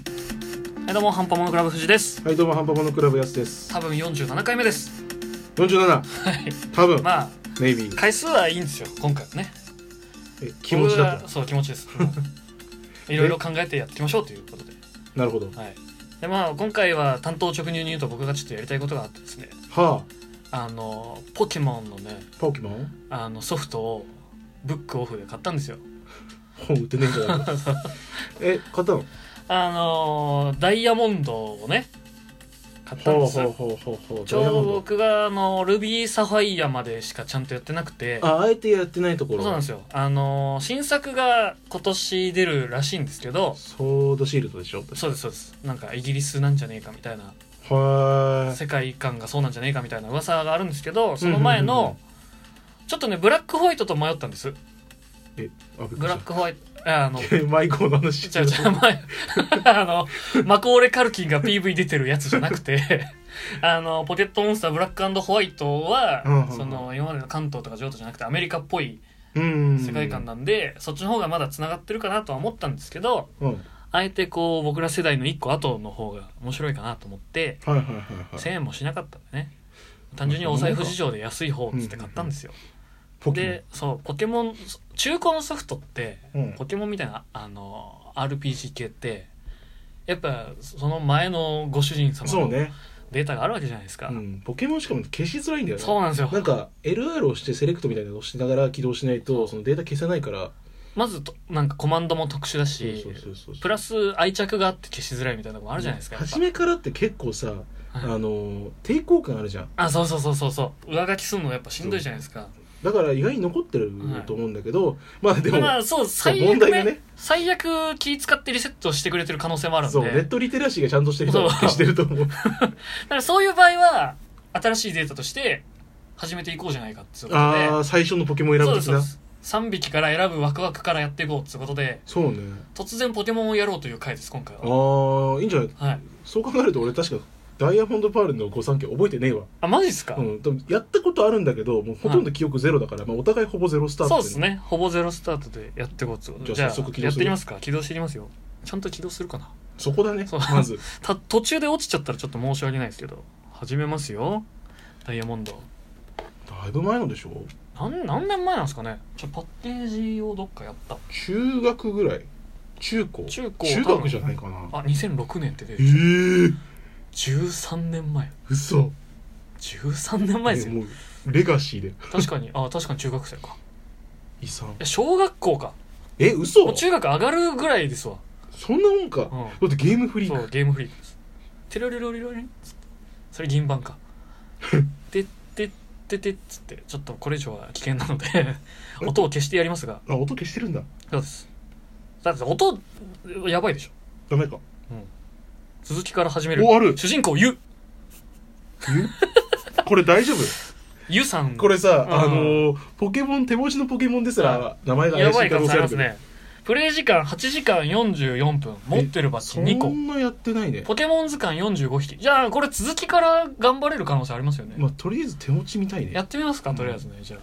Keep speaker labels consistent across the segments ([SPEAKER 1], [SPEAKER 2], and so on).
[SPEAKER 1] はいどうもハンパモノクラブ藤です
[SPEAKER 2] はいどうもハンパモノクラブやすです
[SPEAKER 1] 多分47回目です
[SPEAKER 2] 47
[SPEAKER 1] はい
[SPEAKER 2] 多分
[SPEAKER 1] まあ
[SPEAKER 2] ネイビー
[SPEAKER 1] 回数はいいんですよ今回はね
[SPEAKER 2] え気持ちだ
[SPEAKER 1] 僕
[SPEAKER 2] と
[SPEAKER 1] がそう気持ちです もういろいろ考えてやっていきましょうということで
[SPEAKER 2] なるほど
[SPEAKER 1] はいでまあ今回は担当直入に言うと僕がちょっとやりたいことがあってですね
[SPEAKER 2] は
[SPEAKER 1] あのポケモンのね
[SPEAKER 2] あポケモン
[SPEAKER 1] あのソフトをブックオフで買ったんですよ
[SPEAKER 2] 本売ってねえんじゃない かえ買ったの
[SPEAKER 1] あのダイヤモンドをね買ったん
[SPEAKER 2] ほ
[SPEAKER 1] で
[SPEAKER 2] う
[SPEAKER 1] す
[SPEAKER 2] ほうほうほうほう
[SPEAKER 1] ちょう
[SPEAKER 2] ダイヤモ
[SPEAKER 1] ど
[SPEAKER 2] ンド
[SPEAKER 1] 僕があのルビーサファイアまでしかちゃんとやってなくて
[SPEAKER 2] ああえてやってないと
[SPEAKER 1] そ
[SPEAKER 2] こ
[SPEAKER 1] う
[SPEAKER 2] ろ
[SPEAKER 1] なんですよあの新作が今年出るらしいんですけど
[SPEAKER 2] ソードシールドでしょ
[SPEAKER 1] そうですそうですなんかイギリスなんじゃねえかみたいな
[SPEAKER 2] はーい
[SPEAKER 1] 世界観がそうなんじゃねえかみたいな噂があるんですけどその前のちょっとねブラックホワイトと迷ったんです
[SPEAKER 2] えあびっく
[SPEAKER 1] ブ
[SPEAKER 2] り
[SPEAKER 1] ラッ
[SPEAKER 2] し
[SPEAKER 1] クホワイ トああの
[SPEAKER 2] たマイコーの話
[SPEAKER 1] ちゃうちゃう前 あのマコーレ・カルキンが PV 出てるやつじゃなくて あのポケットモンスターブラックホワイトは、
[SPEAKER 2] うんうんうん
[SPEAKER 1] その今までの関東とか譲渡じゃなくてアメリカっぽい
[SPEAKER 2] うん
[SPEAKER 1] 世界観なんで、そっちの方がまだつながってるかなとは思ったんですけど
[SPEAKER 2] うんはい
[SPEAKER 1] あえてこう僕ら世代の一個後の方が面白いかなと思って
[SPEAKER 2] はいはいはい
[SPEAKER 1] 1000円もしなかったんでね単純にお財布事情で安い方っつって買ったんですよ、
[SPEAKER 2] ポケモン
[SPEAKER 1] でそうポケモン中古のソフトって、
[SPEAKER 2] うん
[SPEAKER 1] ポケモンみたいなあの RPG 系ってやっぱその前のご主人様
[SPEAKER 2] そう
[SPEAKER 1] の
[SPEAKER 2] ね
[SPEAKER 1] データがあるわけじゃないですか
[SPEAKER 2] う
[SPEAKER 1] そう,、
[SPEAKER 2] んポケモンしかも消しづらいんだよね
[SPEAKER 1] なんですよ
[SPEAKER 2] なんか LR をしてセレクトみたいなのをしながら起動しないとそのデータ消せないから
[SPEAKER 1] まずとなんかコマンドも特殊だし
[SPEAKER 2] そうそうそうそう
[SPEAKER 1] プラス愛着があって消しづらいみたいなとこもあるじゃないですか、やっぱ
[SPEAKER 2] 初めからって結構さ、あのー抵抗感あるじゃん
[SPEAKER 1] あそうそうそうそうそう上書きするのやっぱしんどいじゃないですか
[SPEAKER 2] だから意外に残ってると思うんだけど、まあでも、
[SPEAKER 1] まあそう最
[SPEAKER 2] 問
[SPEAKER 1] 悪
[SPEAKER 2] 題
[SPEAKER 1] ね
[SPEAKER 2] がね
[SPEAKER 1] 最悪気使ってリセットしてくれてる可能性もあるんで
[SPEAKER 2] そうネットリテラシーがちゃんとしてる人は
[SPEAKER 1] そう
[SPEAKER 2] 消してる と思う
[SPEAKER 1] だからそういう場合は新しいデータとして始めていこうじゃないかっていうことで
[SPEAKER 2] ああ最初のポケモン選
[SPEAKER 1] そう
[SPEAKER 2] ぶ
[SPEAKER 1] ですそ
[SPEAKER 2] 的
[SPEAKER 1] うで
[SPEAKER 2] な
[SPEAKER 1] す3匹から選ぶワクワクからやっていこうってことで
[SPEAKER 2] そうね
[SPEAKER 1] 突然ポケモンをやろうという回です今回は
[SPEAKER 2] ああいいんじゃない
[SPEAKER 1] はい
[SPEAKER 2] そう考えると俺確かダイヤモンドパールの御三家覚えてねえわ、
[SPEAKER 1] あマジっすか、
[SPEAKER 2] うん、でもやったことあるんだけどもうほとんど記憶ゼロだから、まあ、お互いほぼゼロスター
[SPEAKER 1] そ
[SPEAKER 2] ト
[SPEAKER 1] うですねほぼゼロスタートでやっていこうってことで
[SPEAKER 2] じゃあ早速起動
[SPEAKER 1] やっ
[SPEAKER 2] す
[SPEAKER 1] て
[SPEAKER 2] る
[SPEAKER 1] いきますか起動していきますよちゃんと起動するかな
[SPEAKER 2] そこだね
[SPEAKER 1] そう
[SPEAKER 2] まず
[SPEAKER 1] た途中で落ちちゃったらちょっと申し訳ないですけど始めますよダイヤモンド
[SPEAKER 2] だいぶ前のでしょ
[SPEAKER 1] なん何年前なんですかねちょパッケージをどっかやった
[SPEAKER 2] 中学ぐらい中高
[SPEAKER 1] 中高
[SPEAKER 2] 中学じゃないかな
[SPEAKER 1] あ2006年って出
[SPEAKER 2] ええ
[SPEAKER 1] てる
[SPEAKER 2] ー、
[SPEAKER 1] 13年前
[SPEAKER 2] 嘘
[SPEAKER 1] 13年前ですよ
[SPEAKER 2] もうレガシーで
[SPEAKER 1] 確かにあ確かに中学生か
[SPEAKER 2] 遺産
[SPEAKER 1] え小学校か
[SPEAKER 2] え
[SPEAKER 1] もう
[SPEAKER 2] 嘘
[SPEAKER 1] 中学上がるぐらいですわ、
[SPEAKER 2] そんなもんか、
[SPEAKER 1] うん、
[SPEAKER 2] だってゲームフリ
[SPEAKER 1] そ
[SPEAKER 2] ー
[SPEAKER 1] うゲームフリークですテロリロリロリンつってそれ銀盤 かででででっつってちょっとこれ以上は危険なので 音を消してやりますが
[SPEAKER 2] あ音消してるんだ
[SPEAKER 1] そうですだって音やばいでしょ
[SPEAKER 2] ダメか
[SPEAKER 1] 続きから始める
[SPEAKER 2] おある
[SPEAKER 1] 主人公ゆ
[SPEAKER 2] これ大丈夫
[SPEAKER 1] ゆさん
[SPEAKER 2] これさ、
[SPEAKER 1] うん
[SPEAKER 2] あのーポケモン手持ちのポケモンですら名前が
[SPEAKER 1] や
[SPEAKER 2] 怪し
[SPEAKER 1] ば
[SPEAKER 2] い
[SPEAKER 1] い
[SPEAKER 2] 可
[SPEAKER 1] 可
[SPEAKER 2] 能
[SPEAKER 1] 能性
[SPEAKER 2] 性あ
[SPEAKER 1] あり
[SPEAKER 2] る
[SPEAKER 1] ま
[SPEAKER 2] け
[SPEAKER 1] す
[SPEAKER 2] ど、
[SPEAKER 1] ねプレイ時間8時間44分持ってるバッジ2
[SPEAKER 2] そ
[SPEAKER 1] 個
[SPEAKER 2] んなやってないね、
[SPEAKER 1] ポケモン図鑑45匹じゃあこれ続きから頑張れる可能性ありますよね、
[SPEAKER 2] まあ、とりあえず手持ちみたい
[SPEAKER 1] やっ
[SPEAKER 2] ね
[SPEAKER 1] てみますかとりあえずねじゃあ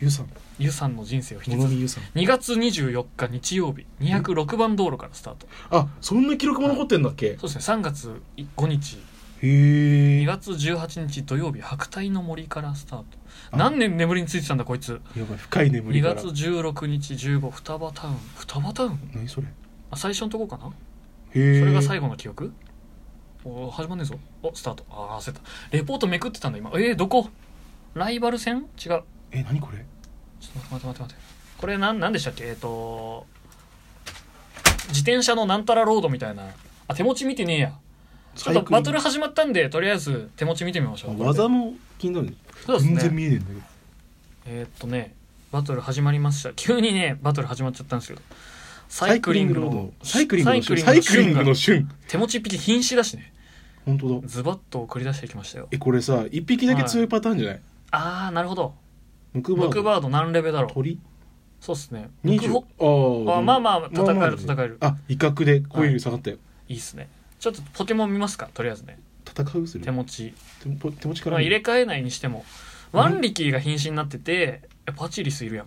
[SPEAKER 2] ゆうさん
[SPEAKER 1] ゆさんの人生を引
[SPEAKER 2] も
[SPEAKER 1] き
[SPEAKER 2] の
[SPEAKER 1] 継ぐ
[SPEAKER 2] みゆうさん
[SPEAKER 1] 2月24日日曜日206番道路からスタート
[SPEAKER 2] あそんな記録も残ってんだっけ
[SPEAKER 1] そうですね3月5日
[SPEAKER 2] へえ
[SPEAKER 1] 2
[SPEAKER 2] や
[SPEAKER 1] 月18日土曜日白帯の森からスタート
[SPEAKER 2] あ
[SPEAKER 1] 何年眠りについてたんだこいつ
[SPEAKER 2] ばい深い眠
[SPEAKER 1] 2
[SPEAKER 2] りから
[SPEAKER 1] 月16日15双葉タウン双葉タウン
[SPEAKER 2] 何それ
[SPEAKER 1] あ最初のとこかなそ
[SPEAKER 2] へえ
[SPEAKER 1] れが最後の記憶おー始まんねえぞおスタートああ焦ったレポートめくってたんだ今えー、どこライバル戦違うちょっ
[SPEAKER 2] え何これ
[SPEAKER 1] と待って待って待って待ってこれなんなんでしたっけえっ、と自転車のなんたらロードみたいなあ手持ち見てねえやちょっとバトル始まったんでとりあえず手持ち見てみましょう
[SPEAKER 2] 技も気になるね
[SPEAKER 1] そうですね
[SPEAKER 2] 全然見えねえんだけど
[SPEAKER 1] えーっとねバトル始まりました急にねバトル始まっちゃったんですけどサイクリングの
[SPEAKER 2] サイクリング
[SPEAKER 1] サ
[SPEAKER 2] の
[SPEAKER 1] イクリング
[SPEAKER 2] サ
[SPEAKER 1] の
[SPEAKER 2] イクリングの旬
[SPEAKER 1] 手持ち一匹瀕死だしね
[SPEAKER 2] 本当だ
[SPEAKER 1] ズバッと繰り出していきましたよ
[SPEAKER 2] えこれさ一匹だけ強いパターンじゃない、
[SPEAKER 1] あーなるほど
[SPEAKER 2] ムクバ
[SPEAKER 1] ム
[SPEAKER 2] ー
[SPEAKER 1] ク
[SPEAKER 2] ド
[SPEAKER 1] バード何レベルだろう
[SPEAKER 2] 鳥
[SPEAKER 1] そうっすねムク
[SPEAKER 2] 20
[SPEAKER 1] ホ
[SPEAKER 2] あ
[SPEAKER 1] あまあまあ戦える戦える
[SPEAKER 2] あ威嚇でこういう下がったよ、
[SPEAKER 1] いいっすねちょっとポケモン見ますかとりあえずね
[SPEAKER 2] 戦うする
[SPEAKER 1] 手持ち、
[SPEAKER 2] 手も手持ちか
[SPEAKER 1] ま
[SPEAKER 2] ら
[SPEAKER 1] あ、
[SPEAKER 2] 見
[SPEAKER 1] 入
[SPEAKER 2] る、
[SPEAKER 1] れ替えないにしても
[SPEAKER 2] うん
[SPEAKER 1] ワンリキーが瀕死になっててえパチリスいるやん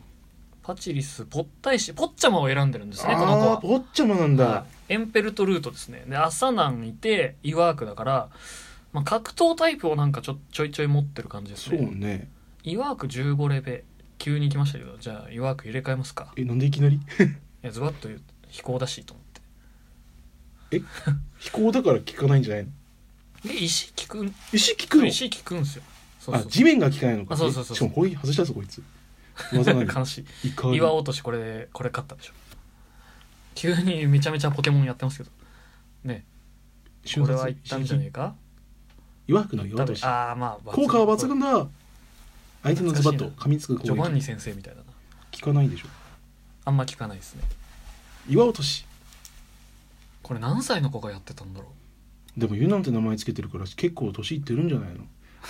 [SPEAKER 1] パチリスポッタイシポッチャマを選んでるんですねこの子
[SPEAKER 2] ああ
[SPEAKER 1] は
[SPEAKER 2] ポッチャマなんだ
[SPEAKER 1] はいエンペルトルートですねでアサナンいてイワークだから、まあ、格闘タイプをなんかちょちょいちょい持ってる感じです
[SPEAKER 2] そう
[SPEAKER 1] ね
[SPEAKER 2] ね
[SPEAKER 1] イワーク15レベ急に来ましたけどじゃあイワーク入れ替えますか
[SPEAKER 2] えなんでいきなり
[SPEAKER 1] いやズバッと言う飛行だしと思って
[SPEAKER 2] 飛行だから効かないんじゃないの
[SPEAKER 1] で石聞くん
[SPEAKER 2] 石効くの
[SPEAKER 1] 石聞くんすよそう
[SPEAKER 2] あ
[SPEAKER 1] そう
[SPEAKER 2] 地面が効かないのか
[SPEAKER 1] あそうそうそう
[SPEAKER 2] えしかもこれ外したぞこいつ技な
[SPEAKER 1] 悲しい
[SPEAKER 2] いかに
[SPEAKER 1] 岩落としこれでこれ勝ったでしょ急にめちゃめちゃポケモンやってますけどこれは言ったんじゃねえか
[SPEAKER 2] 岩くの岩とし
[SPEAKER 1] ああまあ
[SPEAKER 2] 効果は抜群だ相手のズバッと噛みつく
[SPEAKER 1] ジョ
[SPEAKER 2] 攻
[SPEAKER 1] バンニ
[SPEAKER 2] 撃
[SPEAKER 1] 先生みたいだな
[SPEAKER 2] 効かないでしょ
[SPEAKER 1] あんま聞かないですね
[SPEAKER 2] 岩落とし
[SPEAKER 1] これ何歳の子がやってたんだろ
[SPEAKER 2] でもユナンって名前つけてるから結構年いってるんじゃないの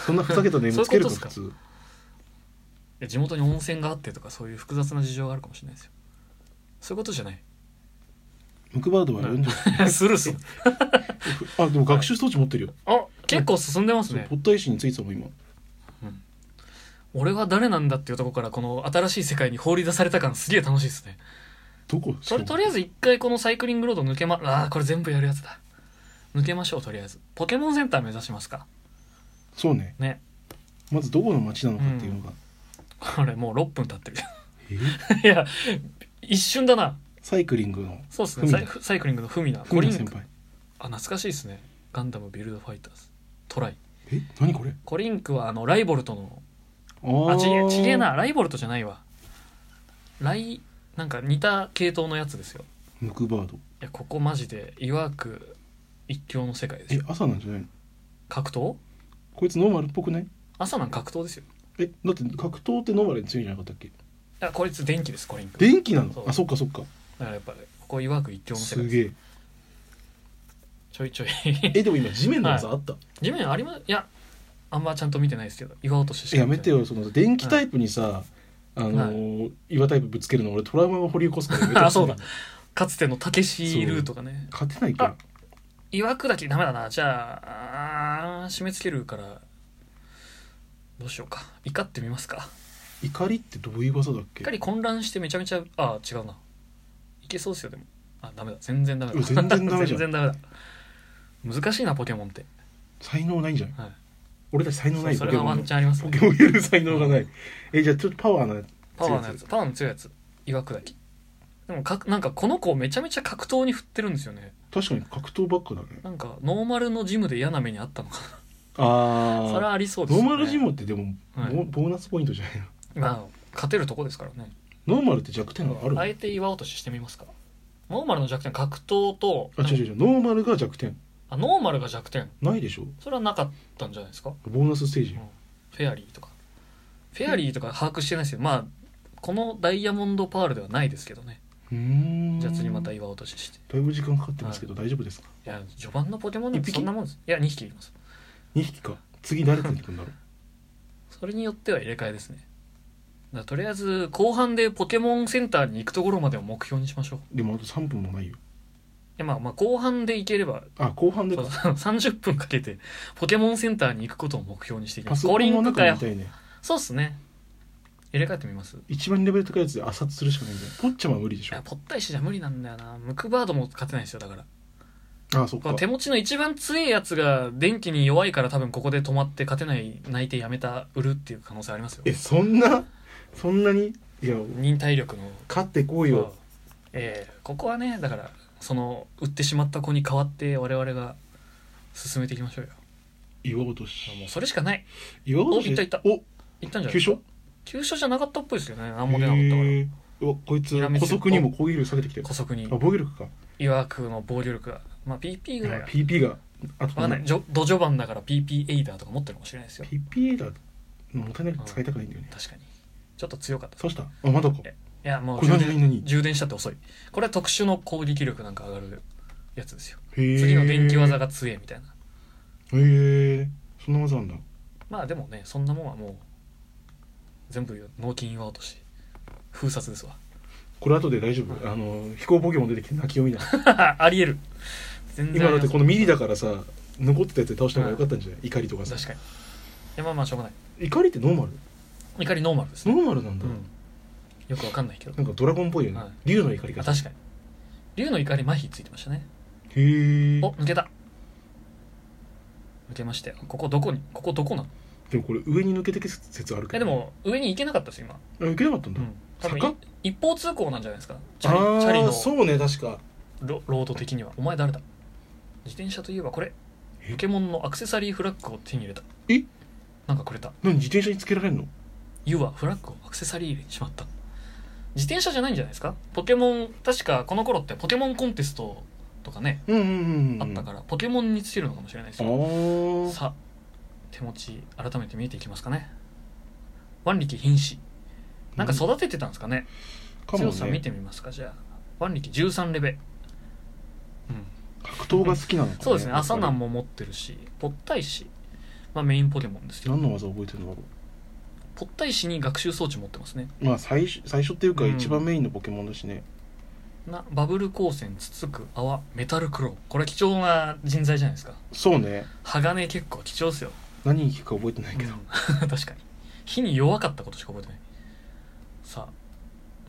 [SPEAKER 2] そんなふざけたネームつけるか
[SPEAKER 1] そういうこ
[SPEAKER 2] 普
[SPEAKER 1] とっす
[SPEAKER 2] 通
[SPEAKER 1] う地元に温泉があってとかそういう複雑な事情があるかもしれないですよそういうことじゃない
[SPEAKER 2] ムクバードは40
[SPEAKER 1] スルース
[SPEAKER 2] あでも学習装置持ってるよ
[SPEAKER 1] あ結構進んでます
[SPEAKER 2] そう
[SPEAKER 1] ね
[SPEAKER 2] ポッタイシについてたもん今
[SPEAKER 1] 俺は誰なんだっていうところからこの新しい世界に放り出された感すげえ楽しいですね
[SPEAKER 2] どこ
[SPEAKER 1] それとりあえず一回このサイクリングロード抜けまああこれ全部やるやつだ抜けましょうとりあえずポケモンセンター目指しますか
[SPEAKER 2] そうね
[SPEAKER 1] ね
[SPEAKER 2] まずどこの町なのかっていうのが、
[SPEAKER 1] これもう6分経ってる い
[SPEAKER 2] え
[SPEAKER 1] や一瞬だな
[SPEAKER 2] サイクリングの
[SPEAKER 1] そうですね
[SPEAKER 2] フ
[SPEAKER 1] サ
[SPEAKER 2] ミ
[SPEAKER 1] イ
[SPEAKER 2] ナ
[SPEAKER 1] サイクリングのフミナコ
[SPEAKER 2] 古
[SPEAKER 1] リ
[SPEAKER 2] 田
[SPEAKER 1] ン
[SPEAKER 2] 先輩
[SPEAKER 1] あ懐かしいですねガンダムビルドファイターズトライ
[SPEAKER 2] え何これ
[SPEAKER 1] コリンクはあのライボルトの
[SPEAKER 2] あー
[SPEAKER 1] あちげちげえなライボルトじゃないわライなんか似た系統のやつですよ
[SPEAKER 2] ムクバード
[SPEAKER 1] いやここマジでいわく一強の世界です
[SPEAKER 2] え
[SPEAKER 1] よ
[SPEAKER 2] 朝なんじゃないの
[SPEAKER 1] 格闘
[SPEAKER 2] こいつノーマルっぽくない
[SPEAKER 1] 朝なん格闘ですよ
[SPEAKER 2] えだって格闘ってノーマルに強いんじゃなかったっけ
[SPEAKER 1] いやこいつ電気ですコリンク
[SPEAKER 2] 電気なの
[SPEAKER 1] そう
[SPEAKER 2] あそっかそっか
[SPEAKER 1] だからやっぱりここいわく一強の世
[SPEAKER 2] す
[SPEAKER 1] 界
[SPEAKER 2] げ
[SPEAKER 1] です
[SPEAKER 2] え
[SPEAKER 1] ちょいちょい
[SPEAKER 2] えでも今地面の技あった、
[SPEAKER 1] 地面ありますいやあんまちゃんと見てないですけど岩落としてし
[SPEAKER 2] え
[SPEAKER 1] か
[SPEAKER 2] や
[SPEAKER 1] 見
[SPEAKER 2] めてよその電気タイプにさ、あのー岩タイプぶつけるの俺トラウマを掘り起こすからやめ て
[SPEAKER 1] あそうだかつてのたけしルートがね
[SPEAKER 2] 勝てないから
[SPEAKER 1] いわくだけダメだなじゃああー締め付けるからどうしようか怒ってみますか
[SPEAKER 2] 怒りってどういう技だっけ
[SPEAKER 1] 怒り混乱してめちゃめちゃあー違うないけそうっすよでもあダメだ全然ダメだ
[SPEAKER 2] いや全然ダメじゃ ん
[SPEAKER 1] 全然ダメだ難しいなポケモンって、
[SPEAKER 2] 才能ないんじゃない
[SPEAKER 1] はい、
[SPEAKER 2] 俺たち才能ない
[SPEAKER 1] そ
[SPEAKER 2] ポ
[SPEAKER 1] れ
[SPEAKER 2] ケ
[SPEAKER 1] が
[SPEAKER 2] モ
[SPEAKER 1] ワ
[SPEAKER 2] ン
[SPEAKER 1] ン
[SPEAKER 2] の
[SPEAKER 1] チャンあります
[SPEAKER 2] ポ
[SPEAKER 1] ね
[SPEAKER 2] ケモンやる才能がないえじゃあちょっとパワーな
[SPEAKER 1] パワーのやつパワーの強いやつ岩砕きでもかくなんかこの子めちゃめちゃ格闘に振ってるんですよね
[SPEAKER 2] 確かに格闘ばっかだね
[SPEAKER 1] なんかノーマルのジムで嫌な目にあったのか
[SPEAKER 2] あ
[SPEAKER 1] な
[SPEAKER 2] あ
[SPEAKER 1] それはありそうです
[SPEAKER 2] ノ
[SPEAKER 1] よ
[SPEAKER 2] ー
[SPEAKER 1] ね
[SPEAKER 2] マルジムってでも、
[SPEAKER 1] はい
[SPEAKER 2] ボボーナスポイントじゃないの
[SPEAKER 1] まあ勝てるとこですからね
[SPEAKER 2] ノーマルって弱点があるの
[SPEAKER 1] あえて岩落とししてみますかノーマルの弱点格闘と
[SPEAKER 2] あ違う違う違うノーマルが弱点
[SPEAKER 1] あノーマルが弱点
[SPEAKER 2] ないでしょ
[SPEAKER 1] それはなかったんじゃないですか
[SPEAKER 2] ボーナスステージ
[SPEAKER 1] フェアリーとかフェアリーとか把握してないですけどまあこのダイヤモンドパールではないですけどね
[SPEAKER 2] うーん
[SPEAKER 1] じゃあ次また
[SPEAKER 2] だい
[SPEAKER 1] 岩落としして
[SPEAKER 2] ぶ時間かかってますけど、大丈夫ですか
[SPEAKER 1] いや序盤のポケモンなんて
[SPEAKER 2] 一匹
[SPEAKER 1] そんなもんですいや2匹います
[SPEAKER 2] 2匹か次誰出てくるんだろ う
[SPEAKER 1] それによっては入れ替えですねだからとりあえず後半でポケモンセンターに行くところまでを目標にしましょうい
[SPEAKER 2] でもあと3分もないよ
[SPEAKER 1] やまあまあ後半で行ければ
[SPEAKER 2] あ後半で
[SPEAKER 1] そう
[SPEAKER 2] か
[SPEAKER 1] そう30分かけてポケモンセンターに行くことを目標にしていきま
[SPEAKER 2] パ
[SPEAKER 1] す
[SPEAKER 2] ソ
[SPEAKER 1] コ
[SPEAKER 2] コ
[SPEAKER 1] リ
[SPEAKER 2] ン
[SPEAKER 1] ン
[SPEAKER 2] の
[SPEAKER 1] クか
[SPEAKER 2] 中
[SPEAKER 1] よ
[SPEAKER 2] みたいね
[SPEAKER 1] そうっすね入れ替えてみますい
[SPEAKER 2] 一番レベル高いやつで圧殺するしかないんだよポッチャマは無理でしょ
[SPEAKER 1] やポッタイシじゃ無理なんだよなムクバードも勝てないですよだから
[SPEAKER 2] あそっ
[SPEAKER 1] こ
[SPEAKER 2] か
[SPEAKER 1] の手持ちの一番強いやつが電気に弱いから多分ここで止まって勝てない泣いてやめた売るっていう可能性ありますよ
[SPEAKER 2] えそんなそんなにいや
[SPEAKER 1] 忍耐力の
[SPEAKER 2] 勝ってこいよ
[SPEAKER 1] ええここはねだからその売ってしまった子に代わって我々が進めていきましょうよ
[SPEAKER 2] 岩落とし
[SPEAKER 1] もうそれしかない
[SPEAKER 2] 岩落と
[SPEAKER 1] おい
[SPEAKER 2] し
[SPEAKER 1] ったいった
[SPEAKER 2] お
[SPEAKER 1] いったんじゃな
[SPEAKER 2] 急
[SPEAKER 1] い
[SPEAKER 2] 所
[SPEAKER 1] 急所じゃなかったっぽいですよね何も出なかったから
[SPEAKER 2] へーうわこいつ
[SPEAKER 1] にらめつ
[SPEAKER 2] 古速にも攻撃力下げてきてる
[SPEAKER 1] 古速に
[SPEAKER 2] あ防御力か
[SPEAKER 1] いわくの防御力がまあ PP ぐらい
[SPEAKER 2] あ
[SPEAKER 1] が
[SPEAKER 2] PP があと
[SPEAKER 1] わかんないじょ土序盤だから PP エイダーとか持ってるかもしれないですよ
[SPEAKER 2] PP だもったいないから使いたくないんだよね
[SPEAKER 1] 確かにちょっと強かったい
[SPEAKER 2] そうしたあまだか
[SPEAKER 1] えやもう
[SPEAKER 2] これ
[SPEAKER 1] 充
[SPEAKER 2] 何何
[SPEAKER 1] 電
[SPEAKER 2] 何
[SPEAKER 1] 充電したって遅いこれは特殊の攻撃力なんか上がるやつですよ次
[SPEAKER 2] 次
[SPEAKER 1] の電気技
[SPEAKER 2] が
[SPEAKER 1] が強えみたいな
[SPEAKER 2] へえそんな技なんだ
[SPEAKER 1] まあでもねそんなもんはもう全部納金岩落とし封殺ですわ
[SPEAKER 2] これ後で大丈夫あの飛行ポケモン出てきて泣き読み な
[SPEAKER 1] ありえる全然
[SPEAKER 2] 今
[SPEAKER 1] あり
[SPEAKER 2] だっ
[SPEAKER 1] ます
[SPEAKER 2] てこのミリだからさ残ってたやつで倒した方が良かったんじゃない怒りとかさ
[SPEAKER 1] 確かにいやまあまあしょうがない
[SPEAKER 2] 怒りってノーマル
[SPEAKER 1] 怒りノーマルですね
[SPEAKER 2] ノーマルなん
[SPEAKER 1] う
[SPEAKER 2] だ
[SPEAKER 1] んよくわかんないけど
[SPEAKER 2] なんかドラゴンっぽいよね
[SPEAKER 1] はい
[SPEAKER 2] 竜の怒り
[SPEAKER 1] あ
[SPEAKER 2] が
[SPEAKER 1] 確かに竜の怒り麻痺ついてましたね
[SPEAKER 2] へえ
[SPEAKER 1] お抜けた抜けましたよここどこにここどこなの
[SPEAKER 2] でもこれ上に抜けてけ説あるけ
[SPEAKER 1] え
[SPEAKER 2] ど
[SPEAKER 1] でも上に行けなかったです今、
[SPEAKER 2] あいけなかったん
[SPEAKER 1] う
[SPEAKER 2] だ、
[SPEAKER 1] ん、多分
[SPEAKER 2] 坂
[SPEAKER 1] い一方通行なんじゃないですかチャ
[SPEAKER 2] あ
[SPEAKER 1] リチャリ
[SPEAKER 2] あ
[SPEAKER 1] の
[SPEAKER 2] ーそうね確か
[SPEAKER 1] ロロード的にはお前誰だ自転車といえばこれ
[SPEAKER 2] え
[SPEAKER 1] ポケモンのアクセサリーフラッグを手に入れた
[SPEAKER 2] え
[SPEAKER 1] なんかくれた
[SPEAKER 2] 何自転車につけられんの
[SPEAKER 1] ユはフラッグをアクセサリー入れにしまった自転車じゃないんじゃないですかポケモン確かこの頃ってポケモンコンテストとかね、
[SPEAKER 2] うんうんうんうん
[SPEAKER 1] あったからポケモンにつけるのかもしれないです
[SPEAKER 2] あ
[SPEAKER 1] よ
[SPEAKER 2] ー
[SPEAKER 1] さあ手持ち改めて見えていきますかね腕力瀕死なんか育ててたんですかね、
[SPEAKER 2] かも
[SPEAKER 1] 強さ見
[SPEAKER 2] ね
[SPEAKER 1] てみますかじゃあ腕力13レベル、うん、
[SPEAKER 2] 格闘が好きなのか、ね、
[SPEAKER 1] そうですね朝なん
[SPEAKER 2] も
[SPEAKER 1] も持ってるしぽったいし、まあ、メインポケモンですけど
[SPEAKER 2] 何の技覚えてるんだろ
[SPEAKER 1] ぽったいしに学習装置持ってますね
[SPEAKER 2] うまあ最初最初っていうか
[SPEAKER 1] うん
[SPEAKER 2] 一番メインのポケモンだしね、
[SPEAKER 1] なバブル光線つつく泡メタルクローこれ貴重な人材じゃないですか
[SPEAKER 2] そうね
[SPEAKER 1] 鋼結構貴重ですよ、
[SPEAKER 2] 何に効くか覚えてないけど、
[SPEAKER 1] うん 確かに火に弱かったことしか覚えてないさあ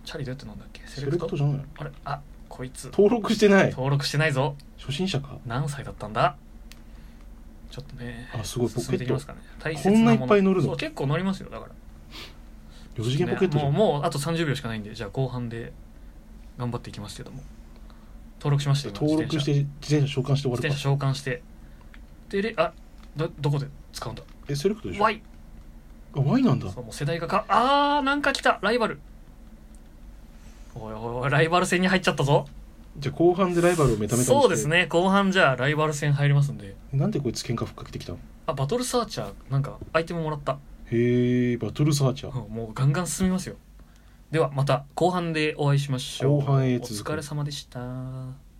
[SPEAKER 1] チャリどうやってなんだっけセ
[SPEAKER 2] セ
[SPEAKER 1] レ
[SPEAKER 2] レ
[SPEAKER 1] ク
[SPEAKER 2] ク
[SPEAKER 1] ト
[SPEAKER 2] トじゃないの
[SPEAKER 1] あれあこいつ
[SPEAKER 2] 登録してない
[SPEAKER 1] 登録してないぞ
[SPEAKER 2] 初心者か
[SPEAKER 1] 何歳だったんだちょっとね
[SPEAKER 2] あすごいポケット
[SPEAKER 1] 進めていきますかね大切
[SPEAKER 2] こん
[SPEAKER 1] なも
[SPEAKER 2] ない
[SPEAKER 1] の
[SPEAKER 2] っぱい乗るの
[SPEAKER 1] そう結構乗りますよだから
[SPEAKER 2] 四次元ポケットじ
[SPEAKER 1] ねも
[SPEAKER 2] ゃ、
[SPEAKER 1] うんもうあと30秒しかないんでじゃあ後半で頑張っていきますけども登録しましたよ今
[SPEAKER 2] 登録して自転車召喚して終わ
[SPEAKER 1] 自転
[SPEAKER 2] るか
[SPEAKER 1] 車自転車召喚してでれあどどこで使うんだ
[SPEAKER 2] えセレクトでしょ
[SPEAKER 1] Y
[SPEAKER 2] あ Y なんだ
[SPEAKER 1] そうもう世代がかあーなんか来たライバルおいおいおいライバル戦に入っちゃったぞ
[SPEAKER 2] じゃあ後半でライバルをメタメタにして
[SPEAKER 1] そうですね後半じゃあライバル戦入りますんで
[SPEAKER 2] なんでこいつ喧嘩ふっかけてきたの
[SPEAKER 1] あバトルサーチャーなんかアイテムもらった
[SPEAKER 2] へえバトルサーチャ
[SPEAKER 1] う
[SPEAKER 2] ー
[SPEAKER 1] んもうガンガン進みますよではまた後半でお会いしましょう
[SPEAKER 2] 後半へ続く
[SPEAKER 1] お疲れ様でした